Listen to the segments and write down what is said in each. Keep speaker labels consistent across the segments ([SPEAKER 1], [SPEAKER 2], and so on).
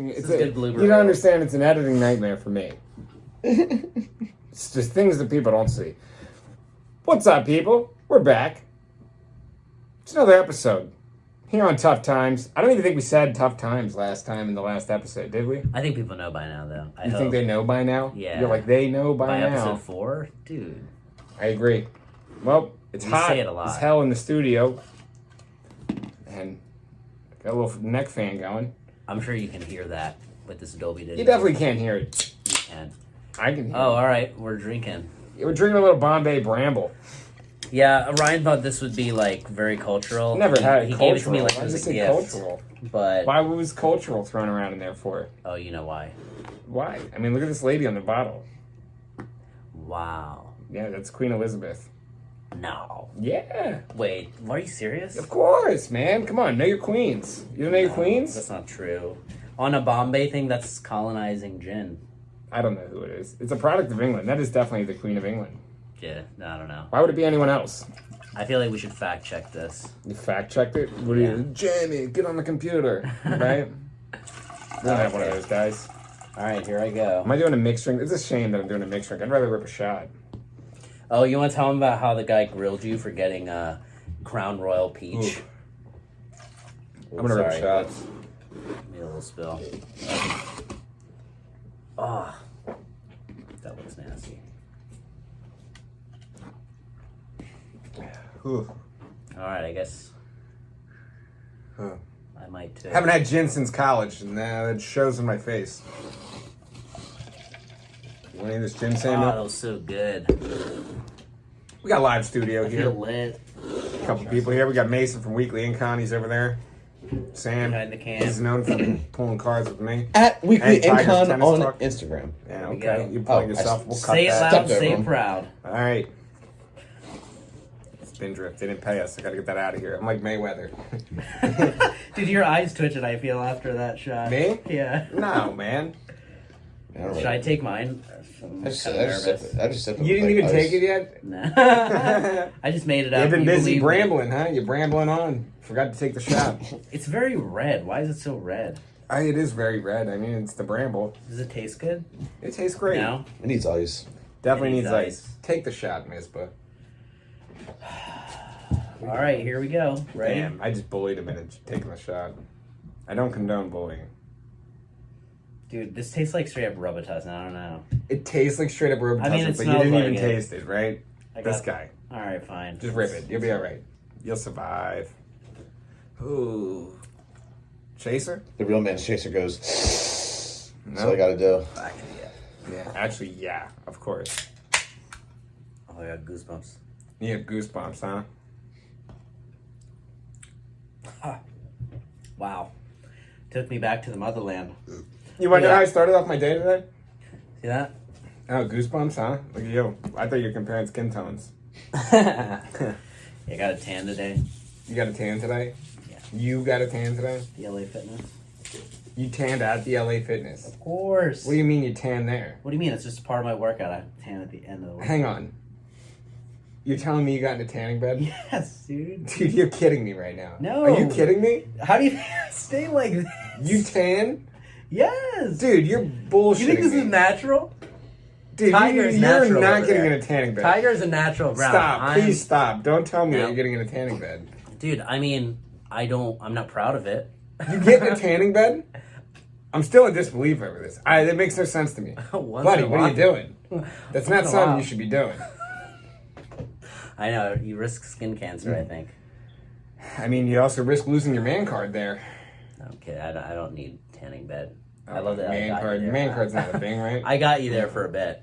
[SPEAKER 1] blooper.
[SPEAKER 2] You don't understand. It's an editing nightmare for me. it's just things that people don't see. What's up, people? We're back. It's another episode here on Tough Times. I don't even think we said Tough Times last time in the last episode, did we?
[SPEAKER 1] I think people know by now, though. I
[SPEAKER 2] You
[SPEAKER 1] hope.
[SPEAKER 2] think they know by now?
[SPEAKER 1] Oh, Yeah.
[SPEAKER 2] You're like they know by,
[SPEAKER 1] by
[SPEAKER 2] now.
[SPEAKER 1] episode four, dude.
[SPEAKER 2] I agree. Well, it's
[SPEAKER 1] We
[SPEAKER 2] hot
[SPEAKER 1] say it a lot.
[SPEAKER 2] as hell in the studio, and got a little neck fan going.
[SPEAKER 1] I'm sure you can hear that with this Dolby Digital.
[SPEAKER 2] You definitely can't hear it.
[SPEAKER 1] You can.
[SPEAKER 2] I can. Hear
[SPEAKER 1] Oh, all right. We're drinking.
[SPEAKER 2] it. We're drinking a little Bombay Bramble.
[SPEAKER 1] Yeah, Ryan thought this would be like very cultural.
[SPEAKER 2] Never
[SPEAKER 1] he,
[SPEAKER 2] had
[SPEAKER 1] He
[SPEAKER 2] cultural.
[SPEAKER 1] gave it to me like
[SPEAKER 2] Why
[SPEAKER 1] it
[SPEAKER 2] does it
[SPEAKER 1] was a
[SPEAKER 2] say
[SPEAKER 1] gift.
[SPEAKER 2] cultural?
[SPEAKER 1] But
[SPEAKER 2] Why was cultural thrown around in there for?
[SPEAKER 1] oh, you know why?
[SPEAKER 2] Why? I mean, look at this lady on the bottle.
[SPEAKER 1] Wow.
[SPEAKER 2] Yeah, that's Queen Elizabeth.
[SPEAKER 1] No.
[SPEAKER 2] Yeah,
[SPEAKER 1] Wait. Are you serious?
[SPEAKER 2] of course, man. Come on, know your queens. You don't know your
[SPEAKER 1] No,
[SPEAKER 2] queens?
[SPEAKER 1] That's not true. On a Bombay thing, that's colonizing gin.
[SPEAKER 2] I don't know who it is. It's a product of England. That is definitely the Queen of England.
[SPEAKER 1] Yeah, I don't know.
[SPEAKER 2] Why would it be anyone else?
[SPEAKER 1] I feel like we should fact check this.
[SPEAKER 2] You fact checked it? What do you, Jamie, get on the computer, right? We don't have one of those guys.
[SPEAKER 1] All right, here I
[SPEAKER 2] Am
[SPEAKER 1] go.
[SPEAKER 2] I doing a mixed drink? It's a shame that I'm doing a mixed drink. I'd rather rip a shot.
[SPEAKER 1] Oh, you want to tell him about how the guy grilled you for getting uh, Crown Royal Peach? Oh,
[SPEAKER 2] I'm gonna rip a shot.
[SPEAKER 1] Made a little spill. Ah, that looks nasty.
[SPEAKER 2] Ooh.
[SPEAKER 1] All right, I guess
[SPEAKER 2] Huh.
[SPEAKER 1] I might too.
[SPEAKER 2] Haven't had gin since college, and now it shows in my face. You want any of this gin,
[SPEAKER 1] Oh,
[SPEAKER 2] Samuel?
[SPEAKER 1] that was so good.
[SPEAKER 2] we got a live studio
[SPEAKER 1] I feel
[SPEAKER 2] here.
[SPEAKER 1] lit
[SPEAKER 2] A couple people here. We got Mason from Weekly Incon. He's over there. Sam.
[SPEAKER 1] behind the can.
[SPEAKER 2] He's known for pulling cards with me.
[SPEAKER 3] At Weekly
[SPEAKER 2] And Tigers
[SPEAKER 3] Incon
[SPEAKER 2] Tennis
[SPEAKER 3] on
[SPEAKER 2] Talk.
[SPEAKER 3] Instagram.
[SPEAKER 2] Yeah,
[SPEAKER 1] we go.
[SPEAKER 2] okay. You're pulling
[SPEAKER 3] Oh,
[SPEAKER 2] yourself.
[SPEAKER 3] I-
[SPEAKER 2] We'll cut
[SPEAKER 1] Say it
[SPEAKER 2] that.
[SPEAKER 1] loud,
[SPEAKER 3] Stop
[SPEAKER 1] say
[SPEAKER 3] that, Mom.
[SPEAKER 1] proud.
[SPEAKER 2] All right. Spin drift. They didn't pay us. I got to get that out of here. I'm like Mayweather.
[SPEAKER 1] Did your eyes twitch? And I feel after that shot.
[SPEAKER 2] Me?
[SPEAKER 1] Yeah.
[SPEAKER 2] no, man.
[SPEAKER 3] I don't
[SPEAKER 1] Should
[SPEAKER 3] know.
[SPEAKER 1] I take mine? I'm
[SPEAKER 3] I just,
[SPEAKER 1] kinda
[SPEAKER 3] I just,
[SPEAKER 1] nervous.
[SPEAKER 3] sipped it. I just sipped it
[SPEAKER 2] You didn't
[SPEAKER 3] like
[SPEAKER 2] even
[SPEAKER 3] ice.
[SPEAKER 2] take it yet?
[SPEAKER 1] Nah. I just made it up.
[SPEAKER 2] You've been
[SPEAKER 1] You
[SPEAKER 2] busy
[SPEAKER 1] believe me.
[SPEAKER 2] brambling, huh? You're brambling on. Forgot to take the shot.
[SPEAKER 1] It's very red. Why is it so red?
[SPEAKER 2] I, it is very red. I mean, it's the bramble.
[SPEAKER 1] Does it taste good?
[SPEAKER 2] It tastes great.
[SPEAKER 1] No.
[SPEAKER 3] It needs ice.
[SPEAKER 2] Definitely
[SPEAKER 1] It
[SPEAKER 2] needs
[SPEAKER 1] needs
[SPEAKER 2] ice.
[SPEAKER 1] ice.
[SPEAKER 2] Take the shot, Mizpah.
[SPEAKER 1] All right, here we go. Ready?
[SPEAKER 2] Damn, I just bullied him into taking the shot. I don't condone bullying.
[SPEAKER 1] Dude, this tastes like straight up Robitussin. I don't know.
[SPEAKER 2] It tastes like straight up Robitussin,
[SPEAKER 1] I mean, it
[SPEAKER 2] but you
[SPEAKER 1] smells
[SPEAKER 2] didn't
[SPEAKER 1] like
[SPEAKER 2] even
[SPEAKER 1] it.
[SPEAKER 2] taste it, right?
[SPEAKER 1] I
[SPEAKER 2] This
[SPEAKER 1] got-
[SPEAKER 2] guy.
[SPEAKER 1] All right, fine.
[SPEAKER 2] Just rip it. You'll be all right. You'll survive. Ooh. Chaser?
[SPEAKER 3] The real man's chaser goes. That's
[SPEAKER 2] No.
[SPEAKER 3] all I gotta do.
[SPEAKER 1] Actually, yeah.
[SPEAKER 2] Yeah. Actually, yeah, of course.
[SPEAKER 1] Oh, I got goosebumps.
[SPEAKER 2] You have goosebumps, huh?
[SPEAKER 1] Wow. Took me back to the motherland.
[SPEAKER 2] You want to know
[SPEAKER 1] Yeah.
[SPEAKER 2] how I started off my day today?
[SPEAKER 1] See that?
[SPEAKER 2] Oh, goosebumps, huh? Look at you. I thought you were comparing skin tones.
[SPEAKER 1] I got a tan today.
[SPEAKER 2] You got a tan today?
[SPEAKER 1] Yeah.
[SPEAKER 2] You got a tan today?
[SPEAKER 1] The LA Fitness.
[SPEAKER 2] You tanned at the LA Fitness.
[SPEAKER 1] Of course.
[SPEAKER 2] What do you mean you tan there?
[SPEAKER 1] What do you mean? It's just part of my workout. I tan at the end of the workout.
[SPEAKER 2] Hang on. You're telling me you got in a tanning bed?
[SPEAKER 1] Yes, dude.
[SPEAKER 2] Dude, you're kidding me right now.
[SPEAKER 1] No.
[SPEAKER 2] Are you kidding me?
[SPEAKER 1] How do you stay like this?
[SPEAKER 2] You tan?
[SPEAKER 1] Yes.
[SPEAKER 2] Dude, you're bullshitting.
[SPEAKER 1] you think this
[SPEAKER 2] me.
[SPEAKER 1] is natural?
[SPEAKER 2] Dude, you,
[SPEAKER 1] Tiger's
[SPEAKER 2] you're
[SPEAKER 1] natural
[SPEAKER 2] not
[SPEAKER 1] over
[SPEAKER 2] getting
[SPEAKER 1] there.
[SPEAKER 2] in a tanning bed.
[SPEAKER 1] Tiger's a natural brown.
[SPEAKER 2] Stop.
[SPEAKER 1] I'm-
[SPEAKER 2] Please stop. Don't tell me that
[SPEAKER 1] No.
[SPEAKER 2] you're getting in a tanning bed.
[SPEAKER 1] Dude, I mean, I don't. I'm not proud of it.
[SPEAKER 2] You get in a tanning bed? I'm still in disbelief over this. I, that makes no sense to me.
[SPEAKER 1] Once
[SPEAKER 2] Buddy,
[SPEAKER 1] in a
[SPEAKER 2] what are you
[SPEAKER 1] while.
[SPEAKER 2] doing? That's not
[SPEAKER 1] in a
[SPEAKER 2] something
[SPEAKER 1] while.
[SPEAKER 2] you should be doing.
[SPEAKER 1] I know you risk skin cancer.
[SPEAKER 2] Mm.
[SPEAKER 1] I think.
[SPEAKER 2] I mean, you also risk losing your man card there.
[SPEAKER 1] Okay, I don't, I don't need tanning bed. I
[SPEAKER 2] Oh,
[SPEAKER 1] love that. I
[SPEAKER 2] Man
[SPEAKER 1] got you
[SPEAKER 2] card.
[SPEAKER 1] there.
[SPEAKER 2] Man card's not a thing, right?
[SPEAKER 1] I got you there for a bit.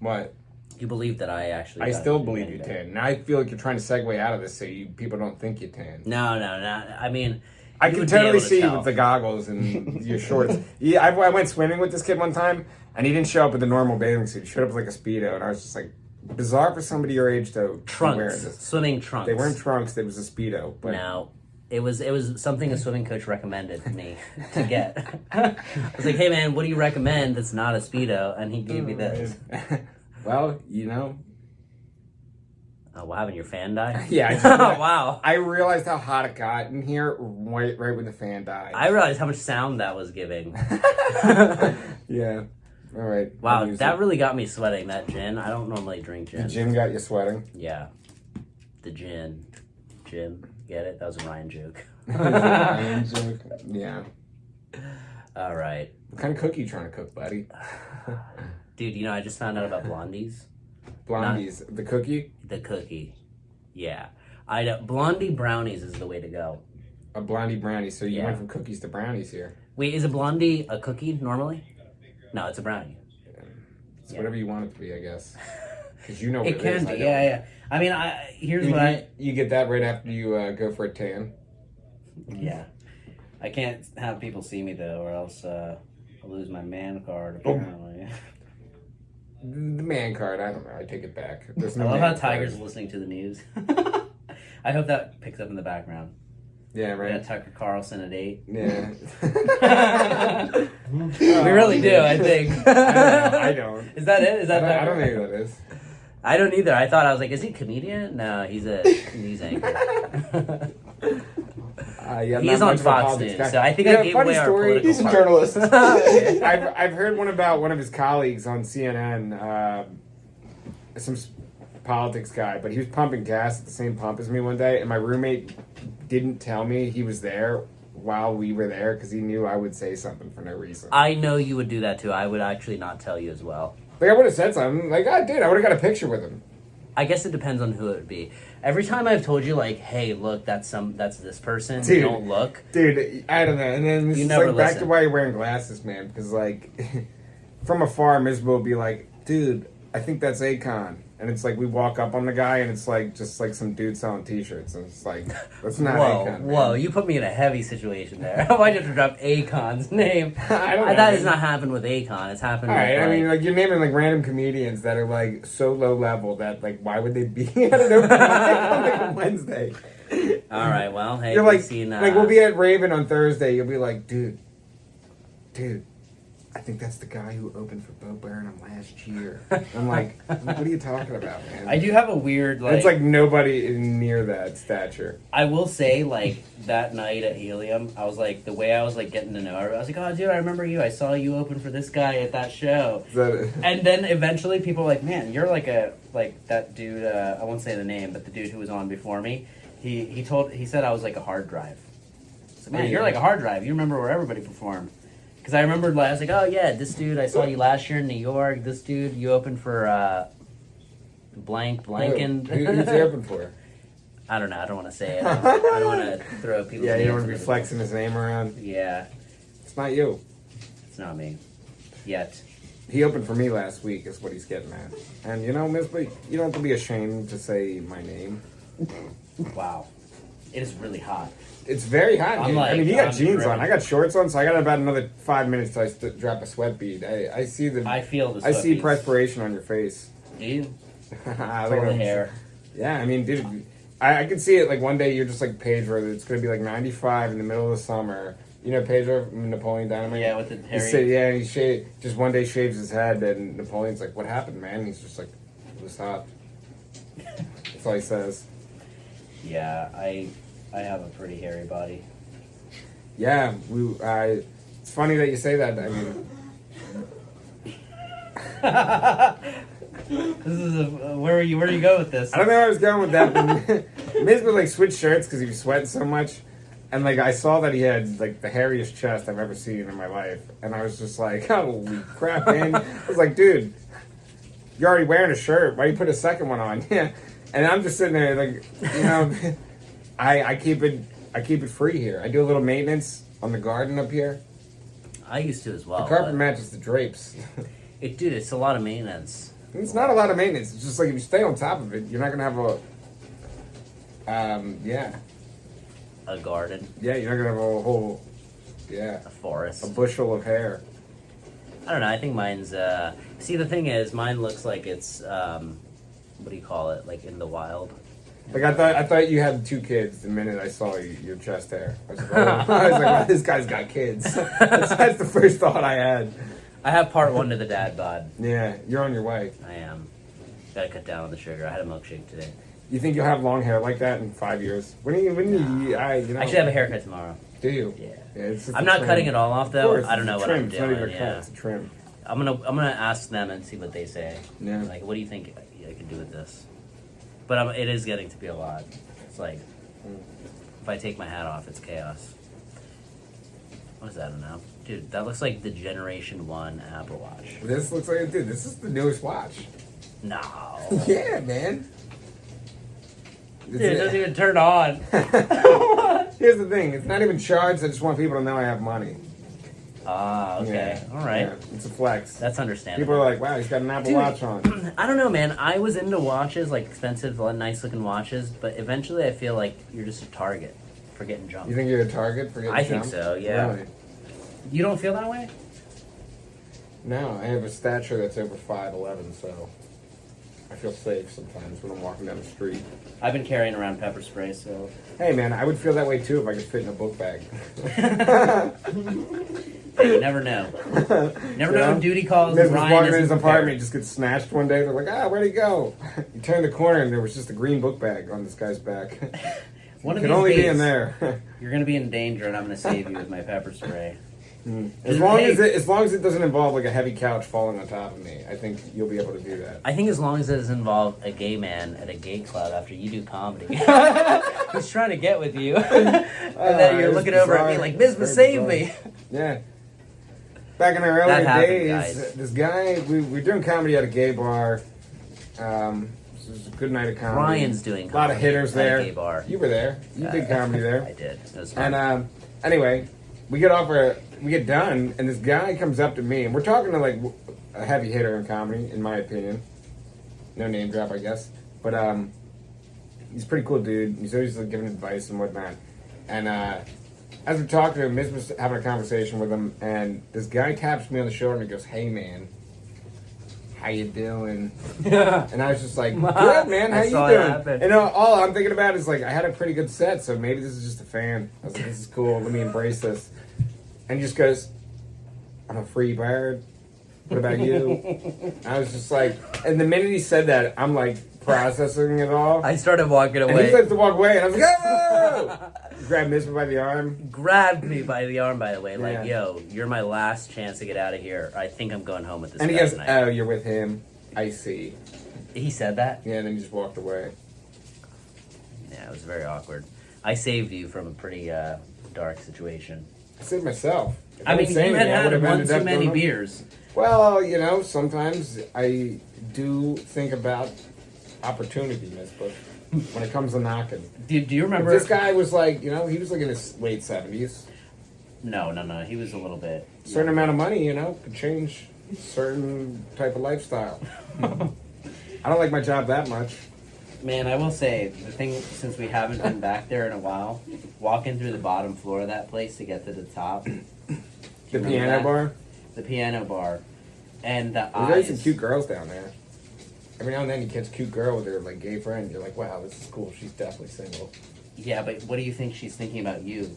[SPEAKER 2] what?
[SPEAKER 1] You believe that I actually.
[SPEAKER 2] I
[SPEAKER 1] got
[SPEAKER 2] still
[SPEAKER 1] the
[SPEAKER 2] believe you
[SPEAKER 1] tanning bed.
[SPEAKER 2] tan. Now I feel like you're trying to segue out of this so you people don't think you tan.
[SPEAKER 1] No, no, no. I mean,
[SPEAKER 2] I
[SPEAKER 1] you
[SPEAKER 2] can
[SPEAKER 1] would be
[SPEAKER 2] totally
[SPEAKER 1] able to
[SPEAKER 2] see you
[SPEAKER 1] tell.
[SPEAKER 2] with the goggles and your shorts. Yeah, I, I went swimming with this kid one time, and he didn't show up with a normal bathing suit. He showed up with like a speedo, and I was just like, bizarre for somebody your age to be wearing
[SPEAKER 1] trunks,
[SPEAKER 2] this.
[SPEAKER 1] swimming trunks.
[SPEAKER 2] They weren't trunks. It was a speedo. But
[SPEAKER 1] No, it was it was something a swimming coach recommended me to get. I was like, hey man, what do you recommend that's not a
[SPEAKER 2] Oh,
[SPEAKER 1] speedo? And he gave me this.
[SPEAKER 2] well, you know,
[SPEAKER 1] Oh, wow, and your fan died?
[SPEAKER 2] Yeah, I did that.
[SPEAKER 1] wow.
[SPEAKER 2] I realized how hot it got in here right, right when the fan died.
[SPEAKER 1] I realized how much sound that was giving.
[SPEAKER 2] yeah. All right.
[SPEAKER 1] Wow,
[SPEAKER 2] I'll use
[SPEAKER 1] that
[SPEAKER 2] it.
[SPEAKER 1] really got me sweating, that gin. I don't normally drink
[SPEAKER 2] the
[SPEAKER 1] gin.
[SPEAKER 2] gym got you sweating.
[SPEAKER 1] Yeah. The gin. Gin. Get it? That was a Ryan joke.
[SPEAKER 2] yeah.
[SPEAKER 1] All right.
[SPEAKER 2] What kind of cookie you trying to cook, buddy?
[SPEAKER 1] Dude, you know, I just found out about Blondie's.
[SPEAKER 2] Blondie's the cookie,
[SPEAKER 1] The cookie. Yeah. I know. Blondie brownies is the way to go.
[SPEAKER 2] a blondie brownie. So you
[SPEAKER 1] Yeah.
[SPEAKER 2] went from cookies to brownies here.
[SPEAKER 1] Wait, is a blondie a cookie normally? No, it's a brownie.
[SPEAKER 2] It's
[SPEAKER 1] Yeah.
[SPEAKER 2] whatever you want it to be, I guess. Because you know what
[SPEAKER 1] It can
[SPEAKER 2] is, I
[SPEAKER 1] be.
[SPEAKER 2] don't.
[SPEAKER 1] Yeah, yeah. I mean, I here's
[SPEAKER 2] You,
[SPEAKER 1] what I
[SPEAKER 2] you get that right after you uh, go for a tan.
[SPEAKER 1] yeah. I can't have people see me though, or else uh, I'll lose my man card.
[SPEAKER 2] Oh.
[SPEAKER 1] Apparently,
[SPEAKER 2] The man card. I don't know. I take it back. There's
[SPEAKER 1] I
[SPEAKER 2] no.
[SPEAKER 1] love how
[SPEAKER 2] man
[SPEAKER 1] Tiger's
[SPEAKER 2] card.
[SPEAKER 1] listening to the news. I hope that picks up in the background.
[SPEAKER 2] Yeah.
[SPEAKER 1] Yeah,
[SPEAKER 2] Right.
[SPEAKER 1] Tucker Carlson at eight.
[SPEAKER 2] Yeah.
[SPEAKER 1] we really do. I think.
[SPEAKER 2] I don't.
[SPEAKER 1] Is that it? Is
[SPEAKER 2] I
[SPEAKER 1] that
[SPEAKER 2] don't, I don't
[SPEAKER 1] Tucker?
[SPEAKER 2] know who that is.
[SPEAKER 1] I don't either. I thought I was like, is he a comedian? No, he's a news anchor.
[SPEAKER 2] Uh, yeah,
[SPEAKER 1] He's
[SPEAKER 2] not
[SPEAKER 1] on
[SPEAKER 2] much of a
[SPEAKER 1] Fox
[SPEAKER 2] politics
[SPEAKER 1] News,
[SPEAKER 2] guy.
[SPEAKER 1] so I think I gave
[SPEAKER 2] funny
[SPEAKER 1] away our political
[SPEAKER 3] He's a journalist.
[SPEAKER 2] I've, I've heard one about one of his colleagues on CNN, um some s- politics guy, but he was pumping gas at the same pump as me one day, and my roommate didn't tell me he was there while we were there because he knew I would say something for no reason.
[SPEAKER 1] I know you would do that too. I would actually not tell you as well.
[SPEAKER 2] Like I would have said something. Like I did. I would have got a picture with him.
[SPEAKER 1] I guess it depends on who it would be. Every time I've told you, like, hey, look, that's some, that's this person.
[SPEAKER 2] Dude.
[SPEAKER 1] Don't look.
[SPEAKER 2] Dude, I don't know. And then it's
[SPEAKER 1] You
[SPEAKER 2] just,
[SPEAKER 1] never
[SPEAKER 2] like back to
[SPEAKER 1] listen.
[SPEAKER 2] why you're wearing glasses, man. Because like, from afar, Miserable will be like, "Dude, I think that's Akon." And it's like we walk up on the guy, and it's like just like some dude selling T-shirts, and it's like that's not
[SPEAKER 1] whoa,
[SPEAKER 2] Akon.
[SPEAKER 1] whoa!
[SPEAKER 2] man.
[SPEAKER 1] You put me in a heavy situation there. Why'd you have to drop Akon's name? Uh,
[SPEAKER 2] I don't know.
[SPEAKER 1] that has
[SPEAKER 2] man.
[SPEAKER 1] not happened with Akon. It's happened.
[SPEAKER 2] All right,
[SPEAKER 1] with,
[SPEAKER 2] I
[SPEAKER 1] like-
[SPEAKER 2] mean, like you're naming like random comedians that are like so low level that like why would they be at an open mic on like a Wednesday?
[SPEAKER 1] all right. Well, hey,
[SPEAKER 2] You're
[SPEAKER 1] we've
[SPEAKER 2] like,
[SPEAKER 1] seen, uh,
[SPEAKER 2] like we'll be at Raven on Thursday. You'll be like, dude, dude, I think that's the guy who opened for Bo Burnham last year. I'm like, what are you talking about, man?
[SPEAKER 1] I do have a weird
[SPEAKER 2] And it's like nobody in near that stature.
[SPEAKER 1] I will say, like that night at Helium, I was like the way I was like getting to know her. I was like, "Oh, dude, I remember you. I saw you open for this guy at that show."
[SPEAKER 2] Is that
[SPEAKER 1] And then eventually, people were like, "Man, you're like a like that dude. Uh, I won't say the name, but the dude who was on before me. He he told he said I was like a hard drive. So, Man, you're like a hard drive. You remember where everybody performed." Because I remembered, like, I was like, "Oh yeah, this dude. I saw you last year in New York. This dude, you opened for uh, blank blank and
[SPEAKER 2] Who, who's he open for?
[SPEAKER 1] I don't know. I don't want to say it. I don't, want to throw people.
[SPEAKER 2] Yeah, you don't want to be flexing his name around.
[SPEAKER 1] Yeah,
[SPEAKER 2] It's not you.
[SPEAKER 1] it's not me yet.
[SPEAKER 2] He opened for me last week, is what he's getting at. And you know, Miss, Lee, you don't have to be ashamed to say my name.
[SPEAKER 1] Wow, it is really hot.
[SPEAKER 2] It's very hot.
[SPEAKER 1] I'm
[SPEAKER 2] dude. I
[SPEAKER 1] like,
[SPEAKER 2] mean, you got
[SPEAKER 1] I'm
[SPEAKER 2] jeans
[SPEAKER 1] dripping.
[SPEAKER 2] on. I got shorts on, so I got about another five minutes till I st- drop a sweat bead. I, I see the.
[SPEAKER 1] I feel the.
[SPEAKER 2] I
[SPEAKER 1] sweat
[SPEAKER 2] see
[SPEAKER 1] beads.
[SPEAKER 2] perspiration on your face.
[SPEAKER 1] Do you?
[SPEAKER 2] Look
[SPEAKER 1] All
[SPEAKER 2] at
[SPEAKER 1] the
[SPEAKER 2] him.
[SPEAKER 1] hair.
[SPEAKER 2] Yeah, I mean, dude, I, I could see it. Like one day, you're just like Pedro. It's gonna be like 95 in the middle of the summer. You know Pedro from Napoleon Dynamite.
[SPEAKER 1] Yeah, with the
[SPEAKER 2] He
[SPEAKER 1] hairy.
[SPEAKER 2] said, yeah, he shaved, just one day shaves his head, and Napoleon's like, "What happened, man?" And he's just like, "It was hot." That's all he says.
[SPEAKER 1] Yeah, I, I have a pretty hairy body.
[SPEAKER 2] Yeah, we. I. It's funny that you say that. I mean,
[SPEAKER 1] this is a, where are you? Where do you go with this?
[SPEAKER 2] I don't know where I was going with that, but Miz would like switch shirts because he was sweating so much, and like I saw that he had like the hairiest chest I've ever seen in my life, and I was just like, holy crap, man! I was like, dude, you're already wearing a shirt. Why you put a second one on? Yeah, and I'm just sitting there like, you know, I I keep it I keep it free here. I do a little maintenance on the garden up here.
[SPEAKER 1] I used to as well.
[SPEAKER 2] The carpet
[SPEAKER 1] but
[SPEAKER 2] matches the drapes.
[SPEAKER 1] it, dude, it's a lot of maintenance.
[SPEAKER 2] It's not a lot of maintenance. It's just like if you stay on top of it, you're not gonna have a. Um. Yeah.
[SPEAKER 1] A garden,
[SPEAKER 2] Yeah. You're not gonna have a whole. Yeah.
[SPEAKER 1] a
[SPEAKER 2] A
[SPEAKER 1] forest.
[SPEAKER 2] bushel of hair.
[SPEAKER 1] I don't know. I think mine's. uh See, the thing is, mine looks like it's. um What do you call it? Like in the wild.
[SPEAKER 2] Like I thought. I thought you had two kids the minute I saw you, your chest hair. I was like, oh. I was like wow, this guy's got kids. That's, that's the first thought I had.
[SPEAKER 1] I have part one to the dad bod.
[SPEAKER 2] Yeah. You're on your way.
[SPEAKER 1] I am. Gotta cut down on the sugar. I had a milkshake today.
[SPEAKER 2] You think you'll have long hair like that in five years? When do you? When do you? I, you know,
[SPEAKER 1] I should have a haircut tomorrow.
[SPEAKER 2] Do you?
[SPEAKER 1] Yeah.
[SPEAKER 2] it's just
[SPEAKER 1] I'm
[SPEAKER 2] a
[SPEAKER 1] not
[SPEAKER 2] trim.
[SPEAKER 1] cutting it all off
[SPEAKER 2] Of
[SPEAKER 1] though.
[SPEAKER 2] course,
[SPEAKER 1] I don't
[SPEAKER 2] it's
[SPEAKER 1] know
[SPEAKER 2] a
[SPEAKER 1] what
[SPEAKER 2] trim.
[SPEAKER 1] I'm
[SPEAKER 2] It's not even
[SPEAKER 1] doing.
[SPEAKER 2] a cut.
[SPEAKER 1] Yeah.
[SPEAKER 2] It's a trim.
[SPEAKER 1] I'm gonna I'm gonna ask them and see what they say.
[SPEAKER 2] Yeah.
[SPEAKER 1] Like, what do you think I, I could do with this? But I'm, it is getting to be a lot. It's like if I take my hat off, it's chaos. What is that now, dude? That looks like the Generation One Apple Watch.
[SPEAKER 2] This looks like it did. This is the newest watch.
[SPEAKER 1] No,
[SPEAKER 2] yeah, man.
[SPEAKER 1] dude, it doesn't even turn on.
[SPEAKER 2] Here's the thing. It's not even charged. I just want people to know I have money.
[SPEAKER 1] Ah, okay,
[SPEAKER 2] Yeah.
[SPEAKER 1] all right,
[SPEAKER 2] Yeah, It's a flex.
[SPEAKER 1] that's
[SPEAKER 2] People
[SPEAKER 1] understandable.
[SPEAKER 2] are like, wow, he's got an Apple
[SPEAKER 1] Dude.
[SPEAKER 2] Watch on.
[SPEAKER 1] I don't know, man. I was into watches, like expensive, nice looking watches, but eventually I feel like you're just a target for getting
[SPEAKER 2] You
[SPEAKER 1] jumped.
[SPEAKER 2] think you're a target for getting
[SPEAKER 1] I think
[SPEAKER 2] jumped?
[SPEAKER 1] so, yeah.
[SPEAKER 2] Really?
[SPEAKER 1] You don't feel that way?
[SPEAKER 2] No, I have a stature that's over 5'11, so I feel safe sometimes when I'm walking down the street.
[SPEAKER 1] I've been carrying around pepper spray, so
[SPEAKER 2] Hey, man, I would feel that way too if I could fit in a book bag.
[SPEAKER 1] Hey, you never know. Never
[SPEAKER 2] You
[SPEAKER 1] know
[SPEAKER 2] know?
[SPEAKER 1] when duty calls.
[SPEAKER 2] There's this
[SPEAKER 1] and Ryan
[SPEAKER 2] apartment in his
[SPEAKER 1] isn't
[SPEAKER 2] apartment, he
[SPEAKER 1] prepared.
[SPEAKER 2] just gets snatched one day. They're like, ah, where'd he go? you turn the corner and there was just a green book bag on this guy's back.
[SPEAKER 1] One of
[SPEAKER 2] Can
[SPEAKER 1] these
[SPEAKER 2] only be
[SPEAKER 1] days,
[SPEAKER 2] in there.
[SPEAKER 1] You're gonna be in danger, and I'm gonna save you with my pepper spray.
[SPEAKER 2] As long
[SPEAKER 1] Hey.
[SPEAKER 2] as it, as long as it doesn't involve like a heavy couch falling on top of me, I think you'll be able to do that.
[SPEAKER 1] I think as long as it doesn't involve a gay man at a gay club after you do comedy, he's trying to get with you, and then you're
[SPEAKER 2] it's
[SPEAKER 1] looking over at me
[SPEAKER 2] Ah, bizarre.
[SPEAKER 1] like, "Bisma,
[SPEAKER 2] Very
[SPEAKER 1] save
[SPEAKER 2] bizarre.
[SPEAKER 1] me."
[SPEAKER 2] Yeah. Back in our early
[SPEAKER 1] That happened,
[SPEAKER 2] days,
[SPEAKER 1] guys.
[SPEAKER 2] this guy we, we were doing comedy at a gay bar. Um, this was a good night of comedy.
[SPEAKER 1] Ryan's doing
[SPEAKER 2] a lot of
[SPEAKER 1] comedy
[SPEAKER 2] hitters
[SPEAKER 1] at a
[SPEAKER 2] there.
[SPEAKER 1] gay bar. Uh,
[SPEAKER 2] You were there. You did comedy
[SPEAKER 1] I
[SPEAKER 2] there.
[SPEAKER 1] did. It was fun.
[SPEAKER 2] And um, anyway, we get off our, we get done, and this guy comes up to me, and we're talking to like w- a heavy hitter in comedy, in my opinion. No name drop, I guess, but um, he's a pretty cool dude. He's always like, giving advice and whatnot. And uh, as we're talking to him, Miz was having a conversation with him, and this guy taps me on the shoulder and he goes, "Hey, man." How you doing? And I was just like, "Good, man. How
[SPEAKER 1] I
[SPEAKER 2] you
[SPEAKER 1] saw it
[SPEAKER 2] doing?"
[SPEAKER 1] happen.
[SPEAKER 2] And uh, all- all I'm thinking about is like, I had a pretty good set, so maybe this is just a fan. I was like, "This is cool. Let me embrace this." And he just goes, "I'm a free bird." What about you? I was just like, and the minute he said that, I'm like processing it all.
[SPEAKER 1] I started walking
[SPEAKER 2] And he
[SPEAKER 1] away.
[SPEAKER 2] starts to walk away, and I was like, oh! Grab Mizpah by the arm.
[SPEAKER 1] grabbed me by the arm, by the way, like,
[SPEAKER 2] Yeah.
[SPEAKER 1] "Yo, you're my last chance to get out of here. I think I'm going home with this
[SPEAKER 2] And he
[SPEAKER 1] guy
[SPEAKER 2] goes,
[SPEAKER 1] tonight."
[SPEAKER 2] oh, you're with him. I see.
[SPEAKER 1] he said that.
[SPEAKER 2] Yeah, and then he just walked away.
[SPEAKER 1] Yeah, it was very awkward. I saved you from a pretty uh, dark situation.
[SPEAKER 2] I said myself. If
[SPEAKER 1] I mean,
[SPEAKER 2] didn't
[SPEAKER 1] you
[SPEAKER 2] say
[SPEAKER 1] had
[SPEAKER 2] anything, I
[SPEAKER 1] had
[SPEAKER 2] would've
[SPEAKER 1] one
[SPEAKER 2] ended
[SPEAKER 1] too
[SPEAKER 2] up
[SPEAKER 1] many
[SPEAKER 2] going-
[SPEAKER 1] beers.
[SPEAKER 2] Well, you know, sometimes I do think about opportunity, Mizpah, when it comes to knocking.
[SPEAKER 1] Do, do you
[SPEAKER 2] If
[SPEAKER 1] remember?
[SPEAKER 2] this guy was like, you know, he was like in his late 70s.
[SPEAKER 1] No, no, no. He was a little bit.
[SPEAKER 2] Certain amount of money, you know, could change certain type of lifestyle. I don't like my job that much.
[SPEAKER 1] Man, I will say the thing since we haven't been back there in a while, walking through the bottom floor of that place to get to the top,
[SPEAKER 2] The
[SPEAKER 1] Remember
[SPEAKER 2] piano
[SPEAKER 1] that?
[SPEAKER 2] bar.
[SPEAKER 1] the piano bar, and the
[SPEAKER 2] There's always some
[SPEAKER 1] eyes.
[SPEAKER 2] cute girls down there. Every now and then you catch a cute girl with her like gay friend. You're like, wow, this is cool. She's definitely single.
[SPEAKER 1] Yeah, but what do you think she's thinking about you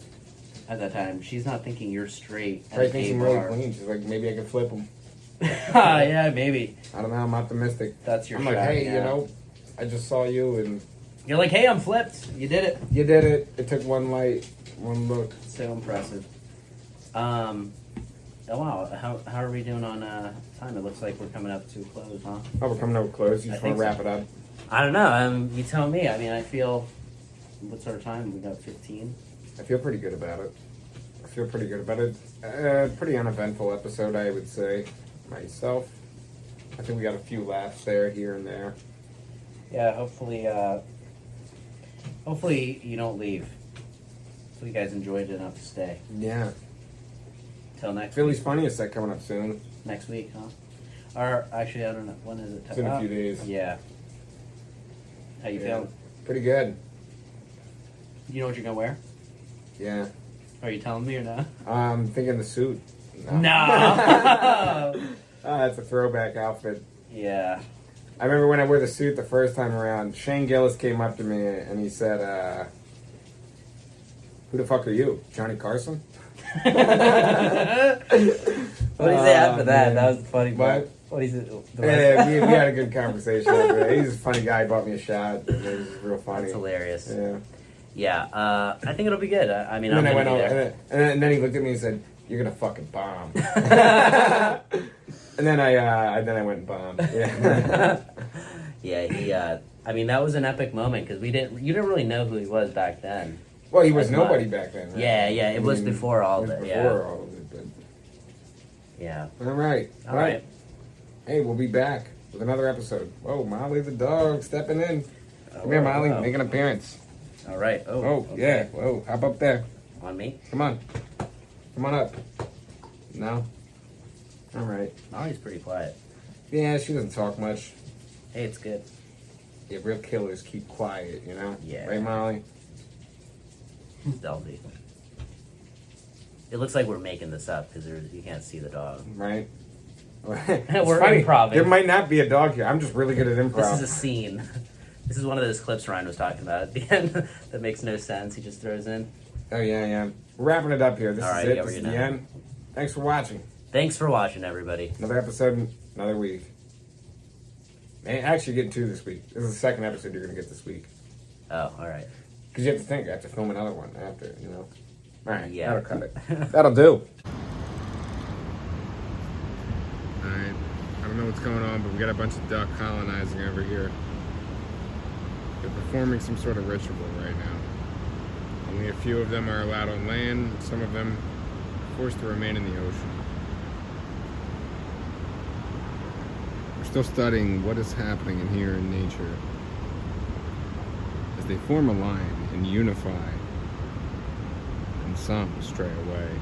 [SPEAKER 1] at that time? She's not thinking you're straight. at a
[SPEAKER 2] Probably thinks
[SPEAKER 1] gay
[SPEAKER 2] I'm really
[SPEAKER 1] bar.
[SPEAKER 2] clean. She's like, maybe I could flip him.
[SPEAKER 1] Ah, yeah, maybe
[SPEAKER 2] I don't know. I'm optimistic.
[SPEAKER 1] that's your.
[SPEAKER 2] I'm like,
[SPEAKER 1] shot,
[SPEAKER 2] hey, you
[SPEAKER 1] yeah.
[SPEAKER 2] know, I just saw you and
[SPEAKER 1] You're like, hey, I'm flipped. You did it.
[SPEAKER 2] you did it. It took one light, one look.
[SPEAKER 1] So impressive. Um, oh wow, how, how are we doing on uh, time? It looks like we're coming up to a close, huh?
[SPEAKER 2] Oh, we're coming over close. You
[SPEAKER 1] I
[SPEAKER 2] just want
[SPEAKER 1] think
[SPEAKER 2] to
[SPEAKER 1] so.
[SPEAKER 2] wrap it up.
[SPEAKER 1] I don't know. Um, you tell me. I mean, I feel. What's our time? We got fifteen.
[SPEAKER 2] I feel pretty good about it. I feel pretty good about it. Uh, pretty uneventful episode, I would say, myself. I think we got a few laughs there, here and there.
[SPEAKER 1] Yeah. Hopefully. Uh, hopefully you don't leave. So you guys enjoyed enough to stay.
[SPEAKER 2] Yeah.
[SPEAKER 1] Till next
[SPEAKER 2] Philly's
[SPEAKER 1] week.
[SPEAKER 2] funniest set coming up soon.
[SPEAKER 1] Next week, huh? Or actually, I don't know. When is it?
[SPEAKER 2] It's in a
[SPEAKER 1] Oh,
[SPEAKER 2] few days.
[SPEAKER 1] Yeah. How you
[SPEAKER 2] Yeah.
[SPEAKER 1] feeling?
[SPEAKER 2] Pretty good.
[SPEAKER 1] You know what you're gonna wear?
[SPEAKER 2] Yeah.
[SPEAKER 1] Are you telling me or not?
[SPEAKER 2] I'm thinking the suit.
[SPEAKER 1] No.
[SPEAKER 2] Ah, that's a throwback outfit.
[SPEAKER 1] yeah.
[SPEAKER 2] I remember when I wore the suit the first time around, Shane Gillis came up to me and he said, uh, Who the fuck are you? Johnny Carson?
[SPEAKER 1] what do you say
[SPEAKER 2] Oh,
[SPEAKER 1] after that?
[SPEAKER 2] man. Oh,
[SPEAKER 1] That was the funny part.
[SPEAKER 2] But
[SPEAKER 1] What is it? The
[SPEAKER 2] Ah, Yeah, we, we had a good conversation. over there. He's a funny guy. He bought me a shot. It was real funny.
[SPEAKER 1] That's hilarious.
[SPEAKER 2] Yeah.
[SPEAKER 1] Yeah, uh, I think it'll be good. I, I mean,
[SPEAKER 2] And then I
[SPEAKER 1] I'm
[SPEAKER 2] went
[SPEAKER 1] gonna
[SPEAKER 2] over,
[SPEAKER 1] be
[SPEAKER 2] and
[SPEAKER 1] there.
[SPEAKER 2] then, and then- and then he looked at me and said, "You're gonna fucking bomb." and then I, uh, and then I went and bombed. Yeah.
[SPEAKER 1] Yeah, he. Uh, I mean, that was an epic moment because we didn't. You didn't really know who he was back then.
[SPEAKER 2] well, he was
[SPEAKER 1] That's
[SPEAKER 2] nobody
[SPEAKER 1] mine.
[SPEAKER 2] back then. Right?
[SPEAKER 1] Yeah, yeah, it
[SPEAKER 2] I
[SPEAKER 1] was before all
[SPEAKER 2] it was
[SPEAKER 1] that,
[SPEAKER 2] Before
[SPEAKER 1] yeah.
[SPEAKER 2] all of it.
[SPEAKER 1] Yeah.
[SPEAKER 2] But, all right.
[SPEAKER 1] All right.
[SPEAKER 2] Hey, we'll be back with another episode. Whoa, Molly the dog stepping in. Come here,
[SPEAKER 1] Oh,
[SPEAKER 2] Molly.
[SPEAKER 1] wow.
[SPEAKER 2] Make an appearance.
[SPEAKER 1] All right. Oh.
[SPEAKER 2] Oh,
[SPEAKER 1] okay.
[SPEAKER 2] yeah. Whoa, hop up there.
[SPEAKER 1] On me.
[SPEAKER 2] Come on. Come on up. No? All right.
[SPEAKER 1] Molly's pretty quiet.
[SPEAKER 2] Yeah, she doesn't talk much.
[SPEAKER 1] Hey, it's good.
[SPEAKER 2] Yeah, real killers keep quiet, you know?
[SPEAKER 1] Yeah.
[SPEAKER 2] Right, Molly?
[SPEAKER 1] That'll be. It looks like we're making this up because you can't see the dog.
[SPEAKER 2] Right? It's
[SPEAKER 1] We're improv-ing.
[SPEAKER 2] There might not be a dog here. I'm just really good at
[SPEAKER 1] This
[SPEAKER 2] improv.
[SPEAKER 1] is a scene. This is one of those clips Ryan was talking about at the end that makes no sense. He just throws in.
[SPEAKER 2] Oh, yeah, yeah. We're wrapping it up here. This
[SPEAKER 1] All
[SPEAKER 2] is
[SPEAKER 1] right,
[SPEAKER 2] it.
[SPEAKER 1] yeah,
[SPEAKER 2] this
[SPEAKER 1] we're
[SPEAKER 2] is the
[SPEAKER 1] gonna-
[SPEAKER 2] end. Thanks for watching.
[SPEAKER 1] Thanks for watching, everybody.
[SPEAKER 2] Another episode, another week. Man, actually, getting two this week. This is the second episode you're going to get this week.
[SPEAKER 1] Oh, all right.
[SPEAKER 2] Because you have to think, I have to film another one after, you know? All right,
[SPEAKER 1] Yeah.
[SPEAKER 2] that'll cut it. that'll do. All right, I don't know what's going on, but we got a bunch of duck colonizing over here. They're performing some sort of ritual right now. Only a few of them are allowed on land, some of them forced to remain in the ocean. We're still studying what is happening in here in nature as they form a line and unify, and some stray away.